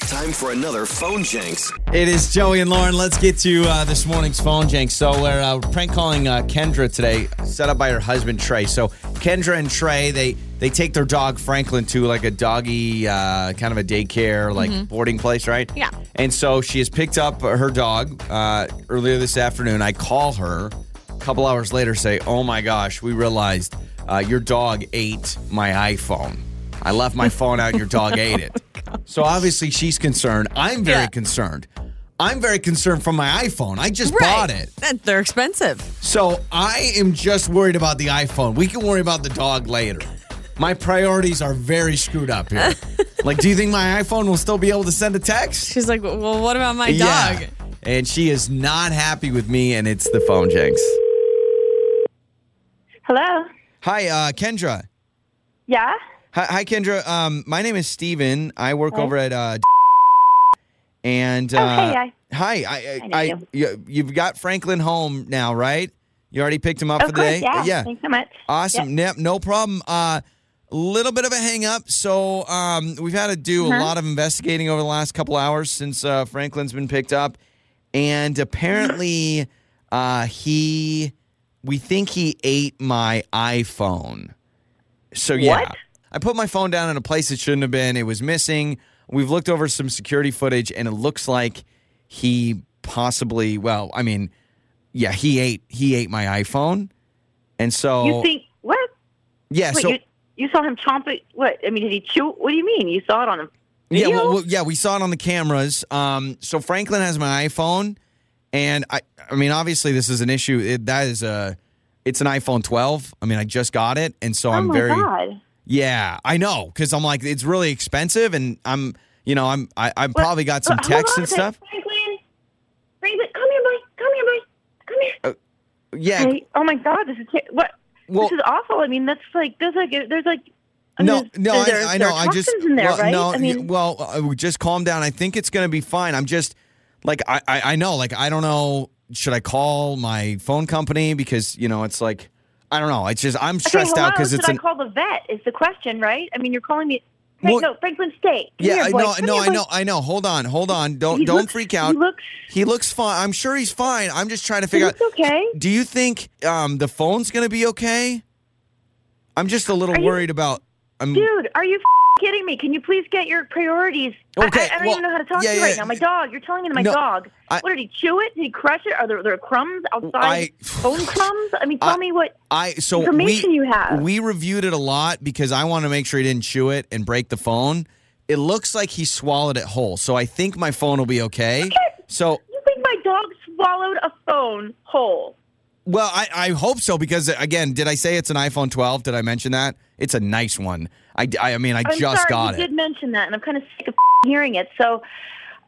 Time for another phone janks. It is Joey and Lauren. Let's get to uh, this morning's phone jank. So we're uh, prank calling uh, Kendra today, set up by her husband Trey. So Kendra and Trey, they they take their dog Franklin to like a doggy uh, kind of a daycare, like boarding place, right? Yeah. And so she has picked up her dog uh, earlier this afternoon. I call her a couple hours later, say, "Oh my gosh, we realized uh, your dog ate my iPhone. I left my phone out. Your dog ate it." So obviously she's concerned. I'm very Yeah. concerned. I'm very concerned for my iPhone. I just bought it. That- They're expensive. So I am just worried about the iPhone. We can worry about the dog later. My priorities are very screwed up here. like, do you think my iPhone will still be able to send a text? She's like, well, what about my dog? And she is not happy with me, and it's the phone jinx. Hello. Hi, uh, Kendra. Yeah. Hi, hi Kendra. Um, my name is Steven. I work over at uh, and uh, Oh, hey, hi. I, I know I, I you. you. you've got Franklin home now, right? You already picked him up for Of the day. course. Yeah. Thanks so much. Awesome. Yep. No problem. A uh, little bit of a hang up. So um, we've had to do Uh-huh. a lot of investigating over the last couple hours since uh, Franklin's been picked up. And apparently, Uh-huh. uh, he, we think he ate my iPhone. So, yeah. What? I put my phone down in a place it shouldn't have been. It was missing. We've looked over some security footage, and it looks like he possibly, well, I mean, yeah, he ate he ate my iPhone. And so You think what? yeah, Wait, so you, you saw him chomp it? What? I mean, did he chew? What do you mean? You saw it on him? yeah, video? well, well, yeah, we saw it on the cameras. Um, so Franklin has my iPhone, and I, I mean, obviously this is an issue. It, that is a, it's an iPhone 12. I mean, I just got it, and so oh I'm my very, god. yeah, I know, because I'm like, it's really expensive, and I'm, you know, I'm, I, I've What- probably got some Uh, hold texts on and a sec, stuff. Franklin. Franklin, come here, boy. Come here, boy. Come here. Yeah, Hey, oh my god, this is ter- what? well, this is awful. I mean, that's like there's like there's like. I no, mean, no, there's- there's- I, I know. there are I just toxins in there, well, right? no, I mean, well, I would just calm down. I think it's gonna be fine. I'm just like I, I, I know, like I don't know. Should I call my phone company because you know it's like I don't know. It's just I'm okay, stressed out hello, because should it's I an call the vet? Is the question right? I mean, you're calling me. Frank, Well- no, Franklin, stay. Come yeah. here, I boy. know, Come no, here, I boy. know, I know. Hold on, hold on. Don't He Oh, don't looks- freak out. He looks. He looks fine. I'm sure he's fine. I'm just trying to He figure out. looks okay. Do you think um the phone's gonna be okay? I'm just a little Are you- worried about. I'm Dude, are you f- kidding me? Can you please get your priorities? I- Okay, I, I don't well, even know how to talk yeah, to you right yeah. now. My dog. You're telling me to my No, dog. I- what did he chew it? Did he crush it? Are there, there crumbs outside? I- Bone crumbs? I mean, tell I- me what I so information we, you have. We reviewed it a lot because I want to make sure he didn't chew it and break the phone. It looks like he swallowed it whole, so I think my phone will be okay. So, you think my dog swallowed a phone whole? well, I, I hope so because again, did I say it's an iPhone 12? Did I mention that? It's a nice one. I, I, I mean, I I'm just sorry, got you it. did mention that, and I'm kind of sick of hearing it. So,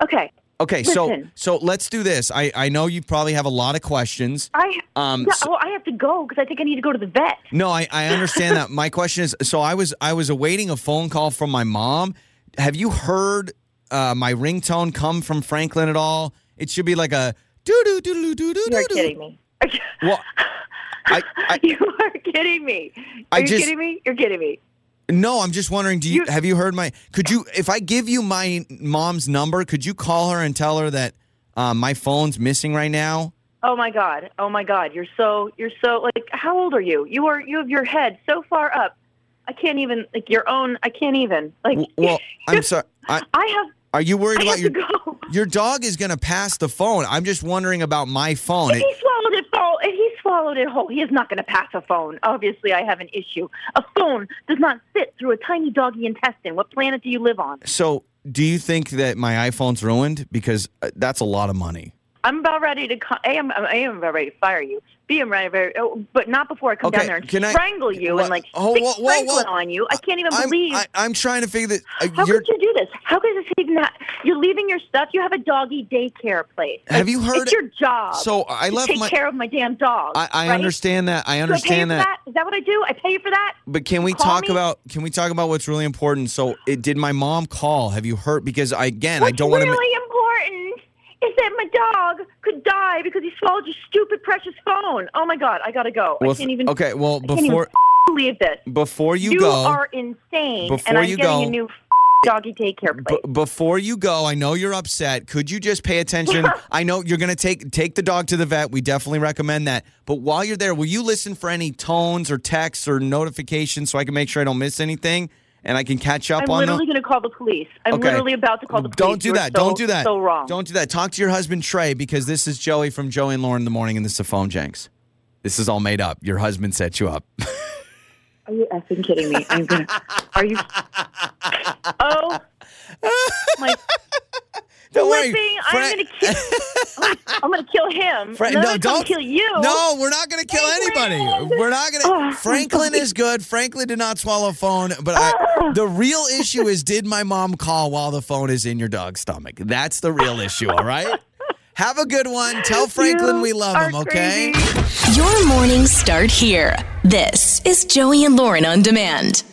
okay, Okay, Listen. so so let's do this. I, I know you probably have a lot of questions. I Um, yeah, so- well, I have to go because I think I need to go to the vet. No, I, I understand that. My question is so I was I was awaiting a phone call from my mom. Have you heard uh, my ringtone come from Franklin at all? It should be like a doo doo doo doo doo doo You're doo kidding doo. me. Well, I, I you are kidding me. Are I you just- kidding me? You're kidding me. no, I'm just wondering. Do you You- have you heard my? Could you if I give you my mom's number? Could you call her and tell her that uh, my phone's missing right now? Oh my god. Oh my god. You're so you're so like how old are you? You are you have your head so far up. I can't even like your own I can't even. Like W- Well, I'm sorry. I, I have are you worried I about your have to go. your dog is gonna pass the phone? I'm just wondering about my phone. It- He swallowed it whole. If he swallowed it whole, he is not going to pass a phone. Obviously, I have an issue. A phone does not fit through a tiny doggy intestine. What planet do you live on? So, do you think that my iPhone's ruined? Because uh, that's a lot of money. I'm about ready to. Co- a, I'm, I'm- I am about ready to fire you. B, I'm ready, ready oh, but not before I come Okay, down there and can I- strangle you Wha- and like oh, stick whoa, whoa, Franklin whoa. on you. I can't even I'm, believe. I, I'm trying to figure that. Uh, How you're, could you do this? How could this even? Ha- you're leaving your stuff. You have a doggy daycare place. Have you heard- It's your job. so I to left take my. care of my damn dog. I, I right? understand that. I Do I pay you understand for that. that. Is that what I do? I pay you for that. But can we Call talk me? about? Can we talk about what's really important? So, it, did my mom call? Have you heard? Because I, again, I What's don't want to. really important is that my dog could die because he swallowed your stupid precious phone. Oh my god, I gotta go. I can't even okay. Well, can't even before believe this. before you, you go, are insane, before and I'm you getting go- a new doggy daycare place. B- before you go, I know you're upset. Could you just pay attention? I know you're going to take take the dog to the vet. We definitely recommend that. But while you're there, will you listen for any tones or texts or notifications so I can make sure I don't miss anything and I can catch up I'm on literally them? going to call the police. I'm Okay. literally about to call the police. Don't do You're that. so- don't do that. So wrong. Don't do that. Talk to your husband Trey because this is Joey from Joey and Lauren in the morning, and this is a phone janks. This is all made up. Your husband set you up. Are you effing kidding me? I'm gonna. Are you? Oh my! don't worry. Flipping, Fran- I'm gonna kill. I'm gonna kill him. Fra- and then I'm gonna come kill you. No, we're not going to kill anybody. We're not going Oh, to. Franklin is good. Franklin did not swallow a phone, but Oh. I, the real issue is did my mom call while the phone is in your dog's stomach? That's the real issue, all right? Have a good one. Tell Franklin You we love him, are okay? crazy. Your mornings start here. This is Joey and Lauren on demand.